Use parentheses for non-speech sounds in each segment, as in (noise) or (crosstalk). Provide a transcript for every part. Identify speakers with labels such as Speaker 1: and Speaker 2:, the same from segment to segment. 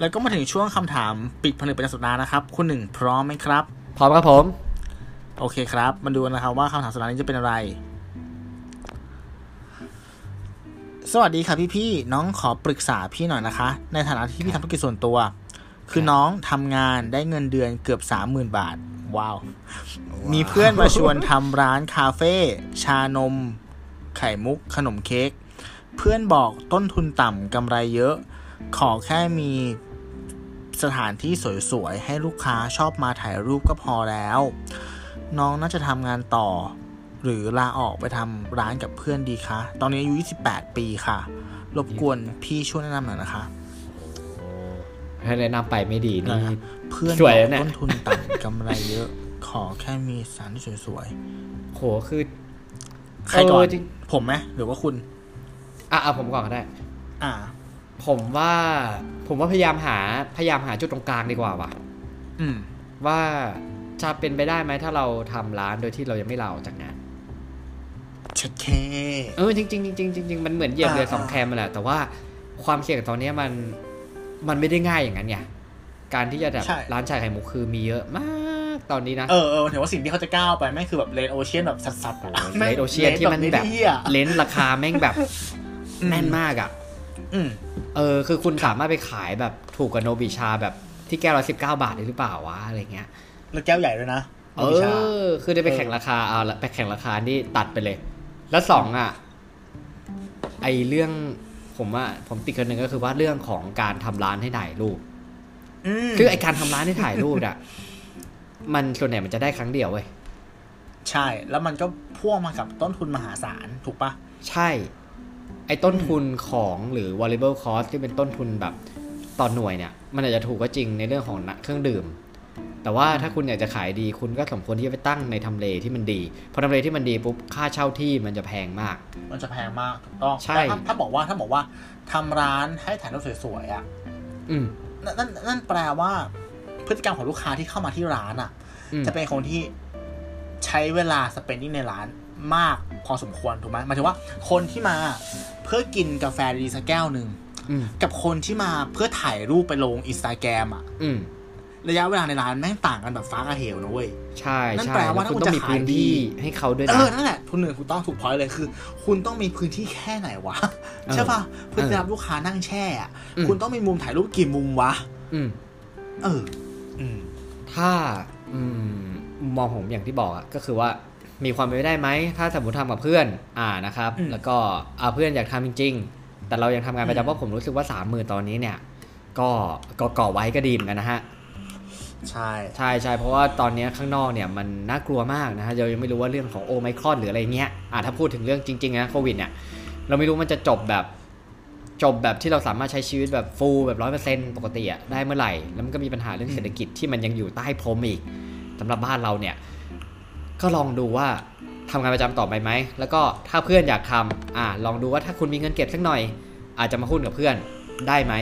Speaker 1: แล้วก็มาถึงช่วงคำถามปิดผนึกประจำสัปดาห์นะครับ คุณหนึ่งพร้อมไหมครับ
Speaker 2: พร้อมครับผม
Speaker 1: โอเคครับ มาดูกันนะครับว่าคำถามสัปดาห์นี้จะเป็นอะไร สวัสดีค่ะพี่พี่ๆน้องขอปรึกษาพี่หน่อยนะคะ ในฐานะที่พี่ทำธุรกิจส่วนตัว คือน้องทำงานได้เงินเดือนเกือบสามหมื่นบาท ว้าว มีเพื่อนมาชวนทำร้านคาเฟ่ชานม ไข่มุก ขนมเค้ก เพื่อนบอกต้นทุนต่ำกำไรเยอะ ขอแค่มีสถานที่สวยๆ ให้ลูกค้าชอบมาถ่ายรูปก็พอแล้ว น้องน่าจะทำงานต่อ หรือลาออกไปทำร้านกับเพื่อนดีคะ ตอนนี้อายุ 28 ปีค่ะ รบกวนพี่ช่วยแนะนำหน่อยนะคะ
Speaker 2: ให้แนะนำไปไม่ดีนี่
Speaker 1: นะครับ เพื่อน
Speaker 2: ส
Speaker 1: บ
Speaker 2: วย
Speaker 1: อ
Speaker 2: แล้ว
Speaker 1: ก
Speaker 2: เนี่ย
Speaker 1: ต้นทุนต่ำกำไรเยอะ ขอแค่มีสถานที่สวย
Speaker 2: โหคือ
Speaker 1: ๆ ใครก่อ
Speaker 2: เอน อจริง
Speaker 1: ผมไหมหรือว่าคุณ
Speaker 2: อ่ะเอาผมก่อนก็ได้
Speaker 1: อ่า
Speaker 2: ผมว่าผมว่าพยายามหาพยายามหาจุดตรงกลางดีกว่าว่ะ
Speaker 1: อืม
Speaker 2: ว่าจะเป็นไปได้ไหมถ้าเราทำร้านโดยที่เรายังไม่ลาออกจากงาน
Speaker 1: เช็ดเค
Speaker 2: เออจริงจริงๆจริงๆจริงๆมันเหมือนเหยียบเรือสองแคมมันแหละแต่ว่าความเสี่ยงตอนเนี้ยมันมันไม่ได้ง่ายอย่างนั้นไงการที่จะแบบ
Speaker 1: ใช่
Speaker 2: ร้านชายไข่มุกคือมีเยอะมากตอนนี้นะ
Speaker 1: เออเออถือว่าสิ่งที่เขาจะก้าวไปแม่งคือแบบเลนโอเชียนแบบสัสๆอะ
Speaker 2: เล
Speaker 1: แม่ง
Speaker 2: นโอเชียนที่มันแบบ
Speaker 1: เลไเหี้ย
Speaker 2: เลนส์ราคาแม่งแบบ
Speaker 1: อืม
Speaker 2: แน่นมากอ่ะ
Speaker 1: อืม
Speaker 2: เออคือคุณสามารถไปขายแบบถูกกับโนบิชาแบบที่แก้วละสิบเก้าบาทได้หรือเปล่าวะอะไรเงี้ย
Speaker 1: แล้วแก้วใหญ่ด้วยนะ
Speaker 2: เอ
Speaker 1: วิชา
Speaker 2: อ คือได้ไป
Speaker 1: เออ
Speaker 2: แข่งราคาเอาละไปแข่งราคานี่ตัดไปเลย แล้วสองอ่ะ ไอเรื่องผมว่าผมติดกันหนึ่งก็คือว่าเรื่องของการทำร้านให้ถ่ายรูป
Speaker 1: ม
Speaker 2: คือไอการทำร้านให้ถ่ายรูปอ่ะ มันส่วนใหญ่มันจะได้ครั้งเดียวเว้ย
Speaker 1: ใช่ แล้วมันก็พ่วงมากับต้นทุนมหาศาลถูกปะ
Speaker 2: ใช่ ไอต้นทุนของหรือ variable cost ที่เป็นต้นทุนแบบต่อหน่วยเนี่ย มันอาจจะถูกก็จริงในเรื่องของนะเครื่องดื่ม แต่ว่าถ้าคุณอยากจะขายดีคุณก็สมควรที่จะไปตั้งในทำเลที่มันดีพอทำเลที่มันดีปุ๊บค่าเช่าที่มันจะแพงมาก
Speaker 1: มันจะแพงมากถูกต้อง
Speaker 2: ใช่
Speaker 1: แต่ถ้าถ้าบอกว่าถ้าบอกว่าทำร้านให้ถ่ายรูปสวยๆอ่ะ
Speaker 2: อืม
Speaker 1: นั่นนั่นนั่นแปลว่า พฤติกรรมของลูกค้าที่เข้ามาที่ร้านอ่ะ
Speaker 2: อืม
Speaker 1: จะเป็นคนที่ใช้เวลา spending ในร้านมากพอสมควรถูกไหมหมายถึงว่าคนที่มาเพื่อกินกาแฟดีๆสักแก้วหนึ่ง
Speaker 2: อืม
Speaker 1: กับคนที่มาเพื่อถ่ายรูปไปลงอินสตาแกรมอะ
Speaker 2: อืม
Speaker 1: ระยะเวลาในร้านแม่งต่างกันแบบฟ้ากับเหวนะเว้ย
Speaker 2: ใช่
Speaker 1: นั่น
Speaker 2: ใช่
Speaker 1: แปลว่า
Speaker 2: แล้
Speaker 1: ถ้าคุ
Speaker 2: คุณ
Speaker 1: ณ
Speaker 2: ต้อง
Speaker 1: จะ
Speaker 2: มี
Speaker 1: ขาย
Speaker 2: พื้น
Speaker 1: ดี
Speaker 2: ที่ให้เขาด้วย
Speaker 1: เอ
Speaker 2: นะ
Speaker 1: อนั่นแหละทุนหนึ่งคุณต้องถูกพอยต์เลยคือ คุณต้องมีพื้นที่แค่ไหน
Speaker 2: (laughs)
Speaker 1: วะ ใช่ปะเพื่อจะรับลูกค้านั่งแช่อะ
Speaker 2: อืม
Speaker 1: คุณต้องมีมุมถ่ายรูปกี่มุมวะ
Speaker 2: อืม
Speaker 1: เออ อืม
Speaker 2: ถ้าอืมมองผมอย่างที่บอกอะก็คือว่ามีความเป็นไปได้ไหม ถ้าสมมติทำกับเพื่อน อ่านะครับ
Speaker 1: อืม
Speaker 2: แล้วก็อ่าเพื่อนอยากทำจริง ๆ แต่เรายังทำงานประ
Speaker 1: อื
Speaker 2: จำ
Speaker 1: ม
Speaker 2: เพราะผมรู้สึกว่าสามหมื่นตอนนี้เนี่ย ก็ก็ก่อไว้ก็ดีเหมือนกันนะฮะ
Speaker 1: ใช่
Speaker 2: ใช่ใช่เพราะว่าตอนนี้ข้างนอกเนี่ยมันน่ากลัวมากนะฮะเรายังไม่รู้ว่าเรื่องของโอไมครอนหรืออะไรเงี้ยอ่ะถ้าพูดถึงเรื่องจริงๆนะโควิดเนี่ยเราไม่รู้มันจะจบแบบจบแบบที่เราสามารถใช้ชีวิตแบบฟูลแบบร้อยเปอร์เซ็นต์ปกติอะได้เมื่อไหร่ แล้วมันก็มีปัญหาเรื่องเศรษฐกิจที่มันยังอยู่ใต้พรมอีกสำหรับบ้านเราเนี่ย ก็ลองดูว่าทำงานประจำต่อไปไหมแล้วก็ถ้าเพื่อนอยากทำอ่ะลองดูว่าถ้าคุณมีเงินเก็บสักหน่อย อาจจะมาหุ้นกับเพื่อนได้ไหม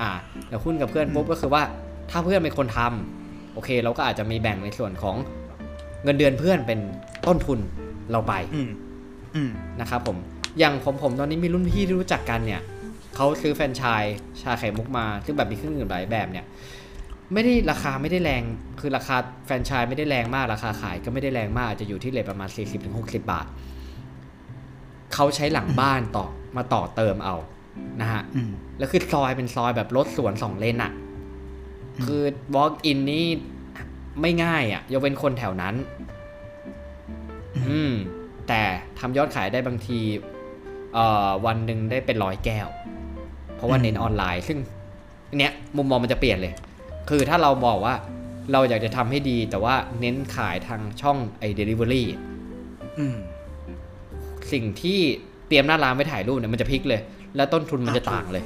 Speaker 2: อ่าแล้วหุ้นกับเพื่อนปุ๊บก็คือว่าถ้าเพื่อนเป็นคนทำ โอเคเราก็อาจจะมีแบ่งในส่วนของเงินเดือนเพื่อนเป็นต้นทุนเราไป
Speaker 1: อืม อืม
Speaker 2: นะครับผมอย่างผมผมตอนนี้มีรุ่นพี่ที่รู้จักกันเนี่ยเขาซื้อแฟรนไชายชาไข่มุกมา ซึ่งแบบมีเครื่องดื่มหลายแบบเนี่ย ไม่ได้ราคาไม่ได้แรงคือราคาแฟรนไชายไม่ได้แรงมากราคาขายก็ไม่ได้แรงมากอาจจะอยู่ที่เลทประมาณ 40-60 บาท เขาใช้หลังบ้านต่อมาต่อเติมเอานะฮะ
Speaker 1: อืม
Speaker 2: แล้วคือซอยเป็นซอยแบบรถสวนสองเลนอะ่ะ
Speaker 1: อืม
Speaker 2: คือ walk in นี่ไม่ง่ายอะ่ะยกเว้นคนแถวนั้น อืม แต่ทำยอดขายได้บางที เอ่อ วันหนึ่งได้เป็นร้อยแก้ว เพราะว่าเน้นออนไลน์ ซึ่ง เนี้ยมุมมองมันจะเปลี่ยนเลย คือถ้าเราบอกว่าเราอยากจะทำให้ดี แต่ว่าเน้นขายทางช่องไอ้ delivery
Speaker 1: อืม
Speaker 2: สิ่งที่เตรียมหน้าร้านไว้ถ่ายรูปเนี่ยมันจะพลิกเลย แล้วต้นทุนมันจะ
Speaker 1: อ่ะถูก
Speaker 2: ต่างเลย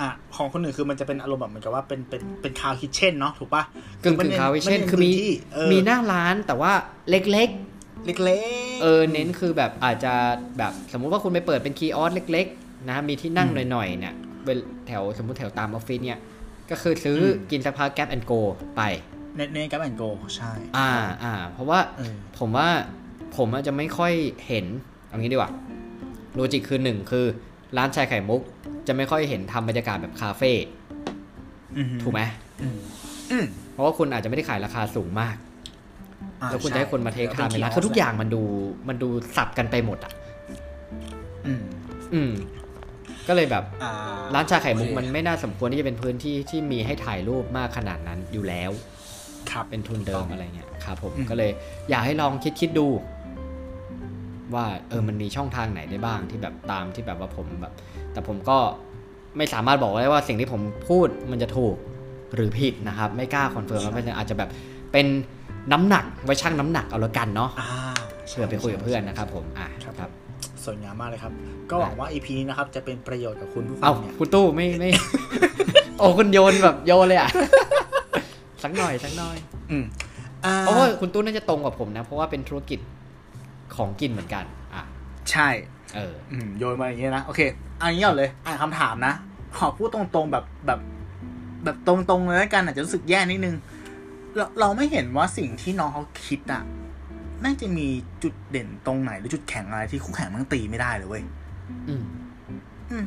Speaker 1: อ่ะ ของคนอื่นคือมันจะเป็นอารมณ์แบบเหมือนกับว่าเป็นเป็นเป็นคาวคิทเช่นเนาะถูกปะ
Speaker 2: กึ่งกึ่งคาเวเช่นคือ
Speaker 1: ไได้
Speaker 2: มี
Speaker 1: พื้ที่เออ
Speaker 2: มีหน้าร้านแต่ว่าเล็ก
Speaker 1: เล็ก
Speaker 2: ๆ
Speaker 1: ๆ
Speaker 2: เออเน้นคือแบบอาจจะแบบสมมุติว่าคุณไปเปิดเป็นคีย์ออสเล็ก ๆ นะมีที่นั่ง
Speaker 1: อืม
Speaker 2: หน่อยๆเนี่ยเวลแถวสมมุติแถวตามออฟฟิศเนี่ย ก็คือซื้ออ
Speaker 1: ม
Speaker 2: กินสักพักแก๊ปแอนโกไป
Speaker 1: เน้นเน้นกับแอนโกใช่
Speaker 2: อ่าอ่าเพราะว่า
Speaker 1: เออ
Speaker 2: ผมว่าผมอาจจะไม่ค่อยเห็นเอางี้ดีกว่าโลจิกคือหนึ่งคือร้านชายไข่มุก จะไม่ค่อยเห็นทำบรรยากาศแบบคาเฟ่
Speaker 1: อือฮึ
Speaker 2: ถูกไหม
Speaker 1: อืม
Speaker 2: เพราะว่าคุณอาจจะไม่ได้ขายราคาสูงมาก
Speaker 1: อ่า
Speaker 2: แล้วคุณจะ
Speaker 1: ช่
Speaker 2: ให้คนมาเทคไทม์
Speaker 1: ป็
Speaker 2: เป็นร้าน
Speaker 1: ส
Speaker 2: คือทุกอย่างมันดูมันดูสับกันไปหมดอ่ะ
Speaker 1: อืม
Speaker 2: อืม ก็เลยแบบ
Speaker 1: อ่า
Speaker 2: ร้านชาไข่มุก
Speaker 1: โอเค
Speaker 2: มันไม่น่าสมควรที่จะเป็นพื้นที่ที่มีให้ถ่ายรูปมากขนาดนั้นอยู่แล้ว
Speaker 1: ครับ
Speaker 2: เป็นทุนเดิมอะไรเงี้ยครับผม
Speaker 1: อืม
Speaker 2: ก็เลย อยากให้ลองคิดคิดดู ว่าเออมันมีช่องทางไหนได้บ้างที่แบบตามที่แบบว่าผมแบบ แต่ผมก็ไม่สามารถบอกได้ว่าสิ่งที่ผมพูดมันจะถูกหรือผิดนะครับ ไม่กล้าคอนเฟิร์มว่ามันอาจจะแบบเป็นน้ำหนักไว้ชั่งน้ำหนักเอาละกันเนาะ
Speaker 1: อ่า
Speaker 2: เพื่อไปคุยกับเพื่อนนะครับผมอ่ะ
Speaker 1: ครับ
Speaker 2: ครับ
Speaker 1: สวยงามมากเลยครับ ก็หวังว่า EP นี้นะครับ จะเป็นประโยชน์กับคุณผู้ฟั
Speaker 2: เอ้าง
Speaker 1: เนี่ย
Speaker 2: คุณตู้ไม่ (laughs) ไม่ โอ้คุณโยนแบบโยนเลยอ่ะ (laughs) สักหน่อยสักหน่อย
Speaker 1: อืมอ่า
Speaker 2: เพราะว่าคุณตู้น่าจะตรงกับผมนะ เพราะว่าเป็นธุรกิจของกินเหมือนกัน อ่ะ
Speaker 1: ใช่
Speaker 2: เออ
Speaker 1: อืมโยนมาอย่างนี้นะ โอเคเอันนี้ก่อนเลย อ่านคำถามนะ ขอพูดตรงๆแบบแบบ แบบตรงๆเลยแล้วกันอาจจะรู้สึกแย่นิดนึง เราเราไม่เห็นว่าสิ่งที่น้องเขาคิดอะน่าจะมีจุดเด่นตรงไหนหรือจุดแข็งอะไรที่คู่แข่งมันตีไม่ได้เลยเว้ย
Speaker 2: อืม
Speaker 1: อืม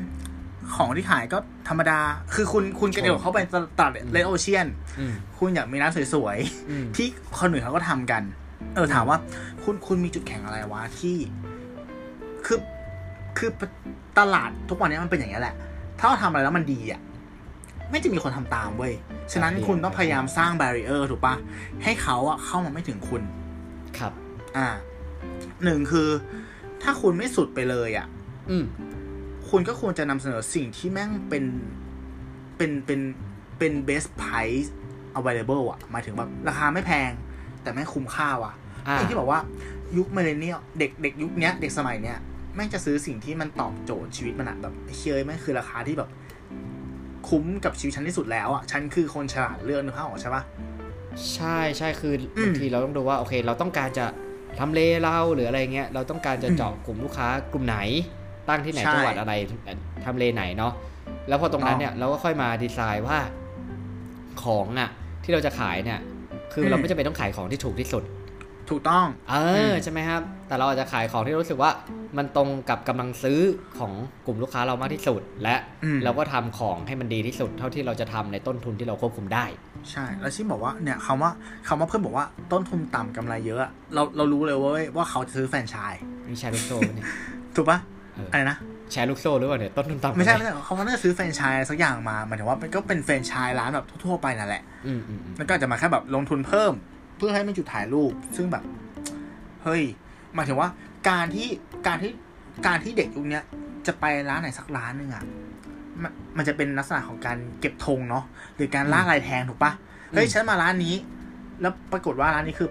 Speaker 1: ของที่ขายก็ธรรมดา คือคุณคุณกระเดี่ยวเข้าไปตลาดเลดโอเชียน
Speaker 2: อืม
Speaker 1: คุณอยากมีร้านสวยๆ
Speaker 2: อืม
Speaker 1: ที่คนอื่นเขาก็ทำกัน เออถามว่า คุณคุณมีจุดแข็งอะไรวะที่คือคือตลาดทุกวันนี้มันเป็นอย่างนี้ยแหละ ถ้าเราทำอะไรแล้วมันดีอ่ะ ไม่จะมีคนทำตามเว้ย ฉะนั้นคุณต้องพยายามสร้าง b บ r r i เออร์ถูกปะให้เขาอะเข้ามาไม่ถึงคุณ
Speaker 2: ครับ
Speaker 1: อ่าหนึ่งคือ ถ้าคุณไม่สุดไปเลยอ่ะ
Speaker 2: อืม
Speaker 1: คุณก็ควรจะนำเสนอสิ่งที่แม่งเป็นเป็นเป็นเป็น best price available อะหมายถึงแบบราคาไม่แพง แต่แม่งคุ้มค่าว่ะ
Speaker 2: อ่า
Speaker 1: ไอ้ที่บอกว่ายุค m ม l เลเนียลเด็กเด็กยุคเนี้ย เด็กสมัยเนี้ยแม่งจะซื้อสิ่งที่มันตอบโจทย์ชีวิตมันอะแบบเชื่อแม่งคือราคาที่แบบ คุ้มกับชีวิตฉันที่สุดแล้วอะฉันคือคนฉลาดเลือกนึกภาพออกใช่ปะ
Speaker 2: ใช่ใช่คืออ
Speaker 1: ม
Speaker 2: บางทีเราต้องดูว่า โอเค เราต้องการจะทำเลเราหรืออะไรเงี้ย เราต้องการจะ
Speaker 1: อืม
Speaker 2: เจาะกลุ่มลูกค้ากลุ่มไหน ตั้งที่ไหน
Speaker 1: ใช่
Speaker 2: จังหวัดอะไรทำเลไหนเนาะ แล้วพอตรงนั้นเนี่ยเราก็ค่อยมาดีไซน์ว่าของอะที่เราจะขายเนี่ย คืออ
Speaker 1: ม
Speaker 2: เราไม่จำเป็นต้องขายของที่ถูกที่สุด
Speaker 1: ถูกต้อง
Speaker 2: เออ
Speaker 1: ม
Speaker 2: ใช่ไหมครับ แต่เราอาจจะขายของที่รู้สึกว่ามันตรงกับกำลังซื้อของกลุ่มลูกค้าเรามากที่สุด และ
Speaker 1: อืม
Speaker 2: เราก็ทำของให้มันดีที่สุด เท่าที่เราจะทำในต้นทุนที่เราควบคุมได้
Speaker 1: ใช่ แล้วชิมบอกว่าเนี่ยคำว่าคำว่าเพื่อนบอกว่าต้นทุนต่ำกำไรเยอะอะเราเรารู้เลยเว้ยว่าเขาจะซื้อแฟรนไชส์
Speaker 2: นี่แชร์ลูกโซ่ปะเนี่ย
Speaker 1: ถูกปะ
Speaker 2: เออ
Speaker 1: อะไรนะ
Speaker 2: แชร์ลูกโซ่หรือเปล่าเนี่ยต้นทุนต่ำ
Speaker 1: ไม่ใช่ไม่ใช่เขาน่าจะซื้อแฟรนไชส์อะไรสักอย่างมาหมายถึงว่ามันก็เป็นแฟรนไชส์ร้านแบบทั่วๆไปนั่นแหละ
Speaker 2: อืมอืมอืม
Speaker 1: แล้วก็อาจจะมาแค่แบบลงทุนเพิ่ม เพื่อให้มีจุดถ่ายรูป ซึ่งแบบ เฮ้ยหมายถึงว่าการที่การที่การที่เด็กยุคเนี้ยจะไปร้านไหนสักร้านหนึ่งอ่ะมันมันจะเป็นลักษณะของการเก็บธงเนาะหรือการล่าลายแทงถูกปะเฮ้ยฉันมาร้านนี้ แล้วปรากฏว่าร้านนี้คือ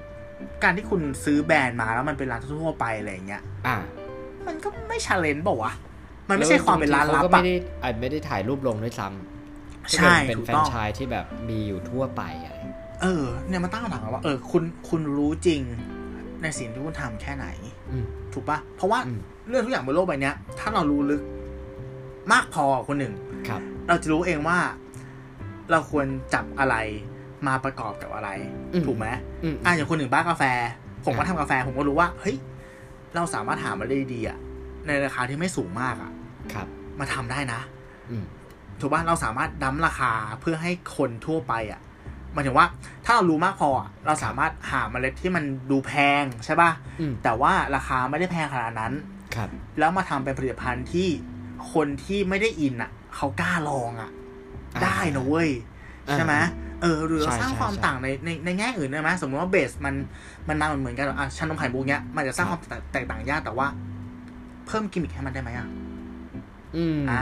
Speaker 1: การที่คุณซื้อแบรนด์มาแล้วมันเป็นร้านทั่วๆไปอะไรอย่างเงี้ย
Speaker 2: อ่า
Speaker 1: มันก็ไม่ชาเลนจ์บอกว่าวะมั
Speaker 2: มัน
Speaker 1: ไม่ใช่ความเป็นร้านลับ
Speaker 2: ไม่
Speaker 1: อะ
Speaker 2: ได้อาจไม่ได้ถ่ายรูปลงด้วยซ้ำ
Speaker 1: ใช่
Speaker 2: เป็น
Speaker 1: ถูก
Speaker 2: แฟร
Speaker 1: ต้
Speaker 2: น
Speaker 1: อง
Speaker 2: ไชายที่แบบมีอยู่ทั่วไปอะไร
Speaker 1: เออเนี่ยมันตั้งคำถามว่าเออคุณคุณรู้จริงในสิ่งที่คุณทำแค่ไหน
Speaker 2: อืม
Speaker 1: ถูกปะเพราะว่า
Speaker 2: อืม
Speaker 1: เรื่องทุกอย่างบนโลกใบเนี้ย ถ้าเรารู้ลึกมากพอคนหนึ่ง
Speaker 2: ครับ
Speaker 1: เราจะรู้เองว่า เราควรจับอะไรมาประกอบกับอะไร
Speaker 2: อืม
Speaker 1: ถูกไหม
Speaker 2: อืม
Speaker 1: อ่ะอย่างคนหนึ่งบ้ากาแฟ ผมก็ทำกาแฟ ผมก็รู้ว่าเฮ้ยเราสามารถหามาได้ดีๆอะในราคาที่ไม่สูงมากอะ
Speaker 2: ครับ
Speaker 1: มาทำได้นะ
Speaker 2: อืม
Speaker 1: ถูกป่ะเราสามารถดั้มราคาเพื่อให้คนทั่วไปอ่ะหมายถึงว่าถ้าเรารู้มากพออะเราสามารถหาเมล็ดที่มันดูแพงใช่ป่ะ
Speaker 2: อืม
Speaker 1: แต่ว่าราคาไม่ได้แพงขนาดนั้น
Speaker 2: ครับ
Speaker 1: แล้วมาทำเป็นผลิตภัณฑ์ที่คนที่ไม่ได้อินอ่ะ เขากล้าลองอ่ะ
Speaker 2: อ่า
Speaker 1: ได้นะเว้ย
Speaker 2: อ่า
Speaker 1: ใช่ไหมเออหรือเรา
Speaker 2: ใช่
Speaker 1: สร้าง
Speaker 2: ใช่
Speaker 1: ความ
Speaker 2: ใช่
Speaker 1: ต่างในในในแง่อื่นได้ไหมสมมติว่าเบสมันมันมาเหมือนกันอ่ะชานมไข่มุกเนี้ยมันจะสร้าง
Speaker 2: ค
Speaker 1: ค
Speaker 2: รั
Speaker 1: วาม
Speaker 2: บ
Speaker 1: แตกต่างยากแต่ว่า เพิ่มกิมมิคให้มันได้ไหมอ่ะ
Speaker 2: อืม
Speaker 1: อ่า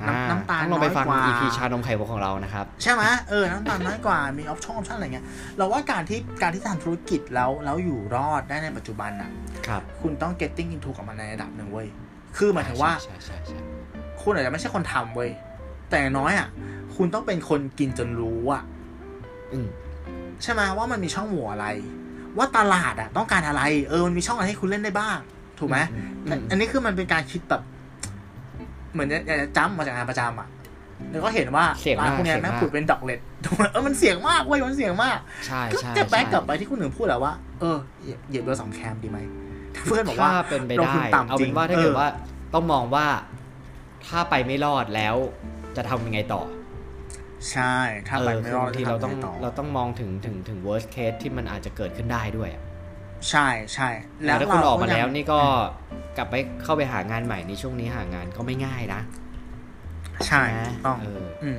Speaker 2: อ่า
Speaker 1: น้ำน้ำตาล
Speaker 2: ต้องลองไปฟัง
Speaker 1: น้ยกว่า
Speaker 2: EP ชานมไข่มุกของเรานะครับ
Speaker 1: ใช่ไหมเออ น้ำตาลน้อยกว่า มีออปชั่นออปชั่นอะไรเงี้ย เราว่าการที่การที่ทำธุรกิจแล้วแล้วอยู่รอดได้ในปัจจุบันน่ะ
Speaker 2: ครับ
Speaker 1: คุณต้อง getting into กับมันในระดับหนึ่งเว้ย คือหมายถึงว่า
Speaker 2: ใช่ใช่ใช่ใช่
Speaker 1: คุณอาจจะไม่ใช่คนทำเว้ย แต่อย่างน้อยอ่ะ คุณต้องเป็นคนกินจนรู้อ่ะ
Speaker 2: อืม
Speaker 1: ใช่ไหมว่ามันมีช่องโหว่อะไร ว่าตลาดอ่ะ ต้องการอะไร เออ มันมีช่องอะไรให้คุณเล่นได้บ้าง ถูกไหม
Speaker 2: อื
Speaker 1: แต่
Speaker 2: ม
Speaker 1: อันนี้คือมันเป็นการคิดแบบ เหมือนอยากจะจ้ำมาจากงานประจำอ่ะ แล้วก็เห็นว่าร้านพวกเนี้ยแม่งขุดเป็นดอกเล็ดถูก (laughs) ไหมเออ มันเสี่ยงมากเว้ย มันเสี่ยงมาก
Speaker 2: ใช่
Speaker 1: ก็
Speaker 2: ใช่
Speaker 1: จะแบ็กกลับ
Speaker 2: ใช่
Speaker 1: ไปที่คุณหนึ่งพูดแหล้วว่า เออเหยียบเหยียบเบอร์สองแคมดีไหม เพื่อนบอกว่า
Speaker 2: ถ้าเป็นไป
Speaker 1: ลง
Speaker 2: ได้
Speaker 1: ทุนต่ำ
Speaker 2: เอา
Speaker 1: จริ
Speaker 2: เป็น
Speaker 1: ง
Speaker 2: ว่าถ้าเกิด
Speaker 1: เออ
Speaker 2: ว่าต้องมองว่าถ้าไปไม่รอดแล้วจะทำยังไงต่อ
Speaker 1: ใช่ถ้าไปไม่รอด
Speaker 2: บางทีเราต้อง
Speaker 1: จะทำยัไ
Speaker 2: เราต้องมองถึงถึงถึง worst case ที่มันอาจจะเกิดขึ้นได้ด้วยอะ
Speaker 1: ใช่ใช่
Speaker 2: แต่ถ้าคุณออกมาแล้ว
Speaker 1: ยัง
Speaker 2: นี่ก็กลับไปเข้าไปหางานใหม่ในช่วงนี้หางานก็ไม่ง่ายนะ
Speaker 1: ใช่
Speaker 2: นะ
Speaker 1: ถูกต้อง
Speaker 2: เออ
Speaker 1: อืม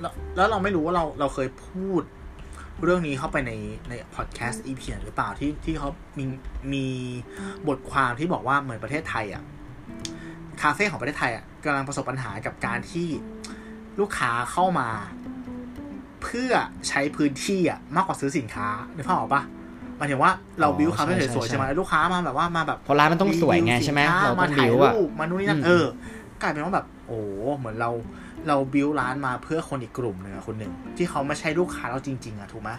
Speaker 1: แล้วแล้วเราไม่รู้ว่าเราเราเคยพูดเรื่องนี้เข้าไปในในพอดแคสต์อีพีหรือเปล่าที่ที่เขามีมีบทความที่บอกว่าเหมือนประเทศไทย อ่ะ คาเฟ่ของประเทศไทยอ่ะกำลังประสบปัญหากับการที่ลูกค้าเข้ามา เพื่อใช้พื้นที่อ่ะมากกว่าซื้อสินค้านึกภาพออกปะหมายถึงว่าเรา
Speaker 2: อ๋อ
Speaker 1: บิวคาเฟ่
Speaker 2: ใช่
Speaker 1: สวยๆ
Speaker 2: ใช่
Speaker 1: ใช่ไหมลูกค้ามาแบบว่ามาแบบ
Speaker 2: เพราะร้านมันต้องสวยไงใช่ไหม
Speaker 1: รีวิว
Speaker 2: เรา
Speaker 1: สินค้
Speaker 2: ต้อง
Speaker 1: ถ่า
Speaker 2: บิ
Speaker 1: ยว
Speaker 2: อะ
Speaker 1: รูปมานู่นนี่นั่น
Speaker 2: อืม
Speaker 1: เออกลายเป็นว่าแบบ โอ้เหมือนเราเราบิวร้านมาเพื่อคนอีกกลุ่มหนึ่งอะคนหนึ่งที่เขาไม่ใช่ลูกค้าเราจริง ๆอะถูกไหม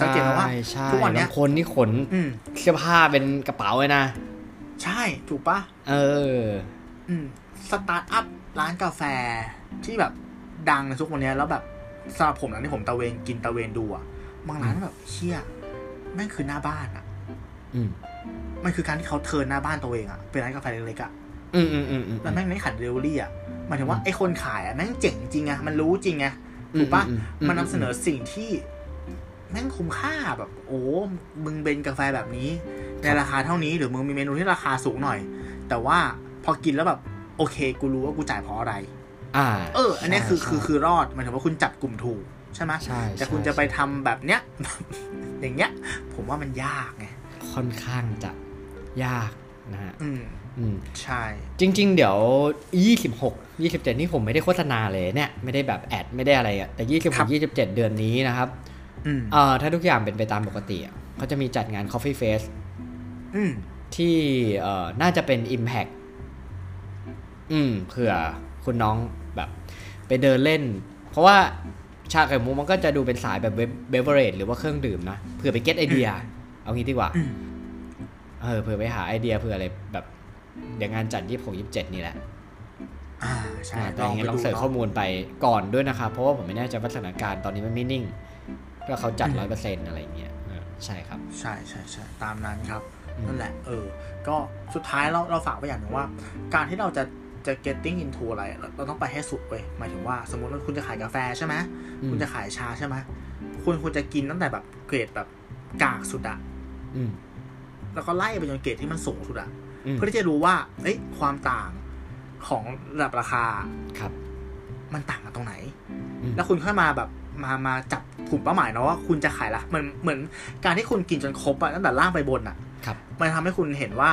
Speaker 1: สังเกตไหมว่า
Speaker 2: ใช่
Speaker 1: ทุกวันเนี้ย
Speaker 2: บางคนนี่ขน
Speaker 1: อืม
Speaker 2: เสื้อผ้าเป็นกระเป๋าเลยนะ
Speaker 1: ใช่ถูกปะ
Speaker 2: เออ
Speaker 1: อืมสตาร์ทอัพร้านกาแฟที่แบบดังในทุกวันเนี้ยแล้วแบบสำหรับผมนะที่ผมตะเวนกินตะเวนดูอะบางร้านแบบเชี่ยแม่งคือหน้าบ้านอะ
Speaker 2: อืม
Speaker 1: มันคือการที่เขาเทิร์นหน้าบ้านตัวเองอะเป็นร้านกาแฟเล็กๆอะ
Speaker 2: อืมอืมอืมอืม
Speaker 1: แล้วแม่งไม่ขัดเดลิเวอรี่อ่ะหมายถึงว่าไอ้คนขายอ่ะแม่งเจ๋งจริงไงมันรู้จริงไงถูกปะ
Speaker 2: อือื
Speaker 1: มันนำเสนอสิ่งที่ แม่งคุ้มค่าแบบ โอ้มึงเป็นกาแฟแบบนี้ ในราคาเท่านี้หรือมึงมีเมนูที่ราคาสูงหน่อย แต่ว่าพอกินแล้วแบบ โอเค กูรู้ว่ากูจ่ายเพราะอะไร
Speaker 2: อ่า
Speaker 1: เออ อันเนี้ย
Speaker 2: ใช่
Speaker 1: คือคือ
Speaker 2: ใช่
Speaker 1: คือรอดหมายถึงว่าคุณจับกลุ่มถูกใช่ไหม
Speaker 2: ใช่
Speaker 1: แต่คุณ
Speaker 2: ใช่
Speaker 1: จะไปทำแบบเนี้ย (laughs) อย่างเงี้ย ผมว่ามันยากไง
Speaker 2: ค่อนข้างจะยากนะฮะ
Speaker 1: อืม
Speaker 2: อืม
Speaker 1: ใช่
Speaker 2: จริง ๆ เดี๋ยว 26 27 นี่ผมไม่ได้โฆษณาเลยเนี่ย ไม่ได้แบบแอด ไม่ได้อะไรอะแต่ 26 27 เดือนนี้นะครับ
Speaker 1: อืม
Speaker 2: เอ่อถ้าทุกอย่างเป็นไปตามปกติอะเขาจะมีจัดงาน Coffee Face
Speaker 1: อืม
Speaker 2: ที่เอ่อน่าจะเป็น Impact อืมเผื่อคุณน้องแบบไปเดินเล่น เพราะว่าชาไข่มุกมันก็จะดูเป็นสายแบบเบเวอร์เรจหรือว่าเครื่องดื่มนะเผื่อไปเก็ตไอเดีย เอางี้ดีกว่า
Speaker 1: อืม
Speaker 2: เออเผื่อไปหาไอเดียเผื่ออะไรแบบเดี๋ยวงานจัด 26 27 นี่แหละ
Speaker 1: อ่าใช่
Speaker 2: อ่าแต่ยังไงลองเสิร์ช
Speaker 1: เนะ
Speaker 2: ข้อมูลไปก่อนด้วยนะครับเพราะว่าผมไม่แน่ใจว่าสถานการณ์ตอนนี้มันไม่นิ่งก็เขาจัด
Speaker 1: อืม
Speaker 2: ร้อยเปอร์เซ็นต์อะไรอย่างเงี้ยอ่าใช่ครับ
Speaker 1: ใช่ใช่ใช่ตามนั้นครับ
Speaker 2: อืม
Speaker 1: นั่นแหละ เออ ก็สุดท้ายเราเราฝากไว้อย่างหนึ่งว่า การที่เราจะจะ getting into อะไรเราเราต้องไปให้สุดเว้ยหมายถึงว่า สมมติว่าคุณจะขายกาแฟใช่ไหม
Speaker 2: อืม
Speaker 1: คุณจะขายชาใช่ไหมคุณคุณจะกินตั้งแต่แบบเกรดแบบกากสุดอะ
Speaker 2: อืม
Speaker 1: แล้วก็ไล่ไปจนเกรดที่มันสูงสุดอะ
Speaker 2: อืม
Speaker 1: เพื่อที่จะรู้ว่า เอ้ยความต่างของระดับราคา
Speaker 2: ครับ
Speaker 1: มันต่างกันตรงไหน
Speaker 2: อืม
Speaker 1: แล้วคุณค่อยมาแบบมามาจับกลุ่มเป้าหมายเนาะว่าคุณจะขายละเหมือนเหมือนการที่คุณกินจนครบอะตั้งแต่ล่างไปบนอะ
Speaker 2: ครับ
Speaker 1: มันทำให้คุณเห็นว่า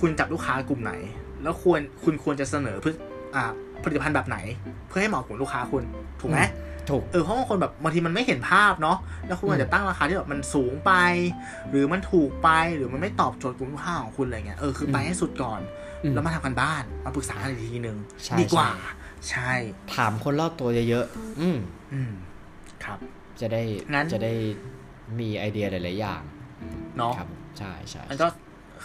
Speaker 1: คุณจับลูกค้ากลุ่มไหน แล้วควรคุณควรจะเสนอพฤอ่าผลิตภัณฑ์แบบไหน เพื่อให้เหมาะกับลูกค้าคุณถูกไหม
Speaker 2: ถูก
Speaker 1: เออเพราะบางคนแบบบางทีมันไม่เห็นภาพเนาะแล้วคุณอาจจะตั้งราคาที่แบบมันสูงไป หรือมันถูกไปหรือมันไม่ตอบโจทย์กลุ่มลูกค้าของคุณอะไรเงี้ยเออคือไป
Speaker 2: อืม
Speaker 1: ให้สุดก่อน
Speaker 2: อืม
Speaker 1: แล้วมาทำกันบ้านมาปรึกษากันอีกทีนึง
Speaker 2: ใช่
Speaker 1: ดีกว่า ใช่
Speaker 2: ถามคนรอบตัวเยอะๆอืม
Speaker 1: อืมครับ
Speaker 2: จะได้
Speaker 1: งั้น
Speaker 2: จะได้มีไอเดียหลายๆอย่าง
Speaker 1: เนาะ
Speaker 2: ครับใช่ใช่
Speaker 1: มันก็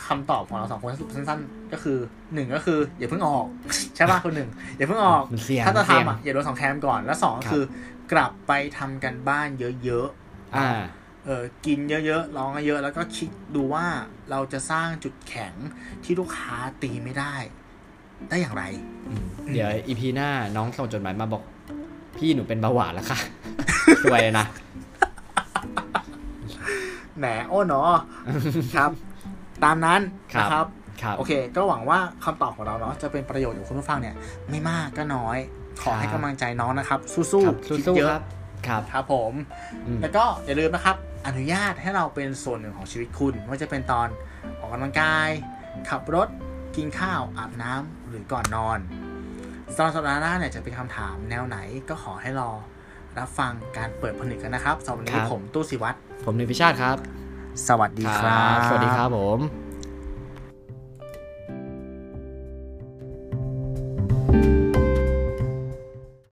Speaker 1: คำตอบของเราสองคนสั้นๆ ก็คือหนึ่งก็คือ อย่าเพิ่งออก (laughs) ใช่ป่ะคนหนึ่งอย่าเพิ่งออก
Speaker 2: มันเสี่ยง
Speaker 1: ถ้าจะ
Speaker 2: มันเสี่ยง
Speaker 1: ทำอ่ะอย่าโดนสองแคมก่อน แล้วสองก็
Speaker 2: ครับ
Speaker 1: คือ กลับไปทำกันบ้านเยอะ
Speaker 2: อ่า
Speaker 1: ๆเออกินเยอะๆร้องเยอะๆแล้วก็คิดดูว่าเราจะสร้างจุดแข็งที่ลูกค้าตีไม่ได้ ได้อย่างไร
Speaker 2: อืมเดี๋ยวอีพีหน้าน้องส่งจดหมายมาบอก พี่หนูเป็นเบาหวาน (laughs) แล้วค่ะ สวยเลยนะ
Speaker 1: แหมโอ้หนอ (laughs) ครับ ตามนั้น
Speaker 2: ครับ
Speaker 1: นะครับ
Speaker 2: ครับ
Speaker 1: โอเค ก็หวังว่าคำตอบของเราเนาะจะเป็นประโยชน์กับคุณผู้ฟังเนี่ย ไม่มากก็น้อย ขอให้
Speaker 2: ครับ
Speaker 1: กำลังใจน้องนะครับ สู้
Speaker 2: ครับ
Speaker 1: ๆคิด
Speaker 2: สู้
Speaker 1: เย
Speaker 2: ๆค
Speaker 1: อะ
Speaker 2: รับครับ
Speaker 1: ครับผม
Speaker 2: อืม
Speaker 1: แล้วก็อย่าลืมนะครับ อนุญาตให้เราเป็นส่วนหนึ่งของชีวิตคุณไม่ว่าจะเป็นตอนออกกำลังกาย ขับรถ กินข้าว อาบน้ำหรือก่อนนอนสำหรับสัปดาห์หน้าเนี่ยจะเป็นคำถามแนวไหนก็ขอให้รอรับฟังการเปิดผนึกกันนะครับสำหรับวัน
Speaker 2: ค
Speaker 1: นี้
Speaker 2: รับ
Speaker 1: ผมตู้สิวัตร
Speaker 2: ผมหนุ่ยพิชาติครับ
Speaker 1: สวัสดีครับ
Speaker 2: สวัสดีครับผม